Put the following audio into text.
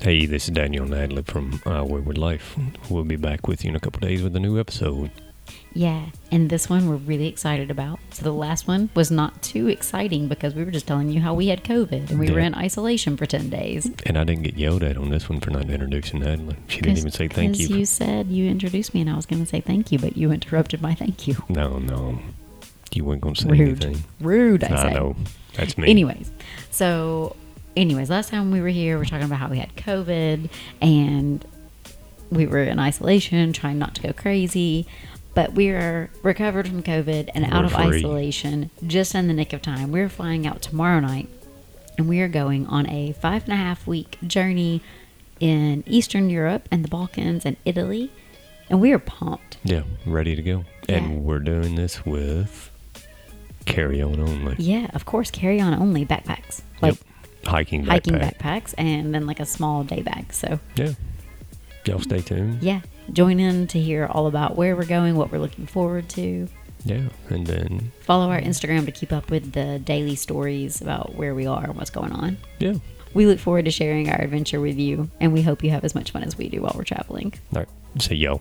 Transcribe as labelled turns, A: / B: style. A: Hey, this is Daniel Nadler from Our Wayward Life. We'll be back with you in a couple days with a new episode.
B: Yeah, and this one we're really excited about. So the last one was not too exciting because we were just telling you how we had COVID and we were
A: Yeah.
B: in isolation for 10 days.
A: And I didn't get yelled at on this one for not introducing Nadler. She didn't even say thank you.
B: Because you said you introduced me and I was going to say thank you, but you interrupted my thank you.
A: no, no. You weren't going to say
B: Rude.
A: anything.
B: Rude, I, say.
A: know. That's me.
B: Anyways, so, anyways, last time we were here, we are talking about how we had COVID and we were in isolation, trying not to go crazy. But we are recovered from COVID and out
A: We're
B: of
A: free.
B: isolation just in the nick of time. We're flying out tomorrow night and we are going on a five and a half week journey in Eastern Europe and the Balkans and Italy. And we are pumped.
A: Yeah, ready to go.
B: Yeah.
A: And we're doing this with carry on only.
B: Yeah, of course, carry on only backpacks, like
A: Hiking backpack.
B: hiking backpacks, and then like a small day bag. So
A: Yeah. Y'all stay tuned.
B: yeah, join in to hear all about where we're going, what we're looking forward to.
A: Yeah. And then,
B: Follow our Instagram to keep up with the daily stories about where we are and what's going on.
A: yeah. All
B: We look forward to sharing our adventure with you, and we hope you have as much fun as we do while we're traveling.
A: right. See y'all.